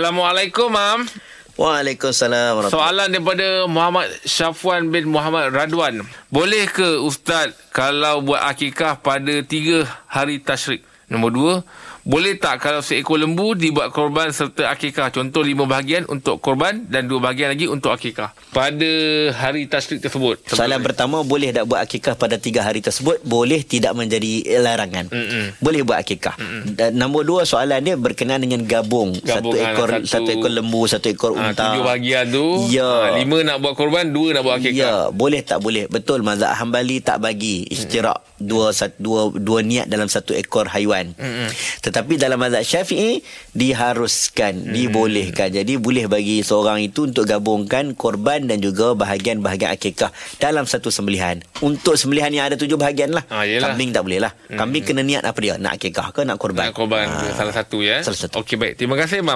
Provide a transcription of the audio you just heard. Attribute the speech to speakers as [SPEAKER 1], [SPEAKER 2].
[SPEAKER 1] Assalamualaikum, Mam.
[SPEAKER 2] Waalaikumsalam warahmatullahi
[SPEAKER 1] Soalan daripada Muhammad Syafwan bin Muhammad Radwan. Boleh ke Ustaz kalau buat akikah pada tiga hari tashrik? Nombor dua, boleh tak kalau seekor lembu dibuat korban serta akikah? Contoh lima bahagian untuk korban dan dua bahagian lagi untuk akikah. Pada hari tashrik tersebut.
[SPEAKER 2] Soalan pertama boleh tak buat akikah pada tiga hari tersebut boleh tidak menjadi larangan.
[SPEAKER 1] Mm-mm.
[SPEAKER 2] Boleh buat akikah. Mm-mm. Dan nombor dua soalan dia berkenaan dengan gabung satu
[SPEAKER 1] Gabungan
[SPEAKER 2] ekor
[SPEAKER 1] ah, satu-
[SPEAKER 2] satu, ekor lembu satu ekor
[SPEAKER 1] Ha,
[SPEAKER 2] unta.
[SPEAKER 1] tujuh bahagian tu.
[SPEAKER 2] Ah. Ya.
[SPEAKER 1] Ha, lima nak buat korban, dua nak buat akikah.
[SPEAKER 2] Ya, boleh tak boleh. Betul mazhab Hambali tak bagi istirahat dua, sat- dua dua niat dalam satu ekor haiwan. Mm-hmm. Tetapi dalam mazhab Syafi'i diharuskan, mm-hmm. dibolehkan. Jadi boleh bagi seorang itu untuk gabungkan korban dan juga bahagian-bahagian akikah dalam satu sembelihan. Untuk sembelihan yang ada tujuh bahagian lah.
[SPEAKER 1] Ah, yelah.
[SPEAKER 2] Kambing tak boleh lah. Kambing kena niat apa dia? Nak akikah ke nak korban? Ah,
[SPEAKER 1] Nak korban ha. salah satu ya.
[SPEAKER 2] Salah satu.
[SPEAKER 1] Okey baik. Terima kasih, Mam.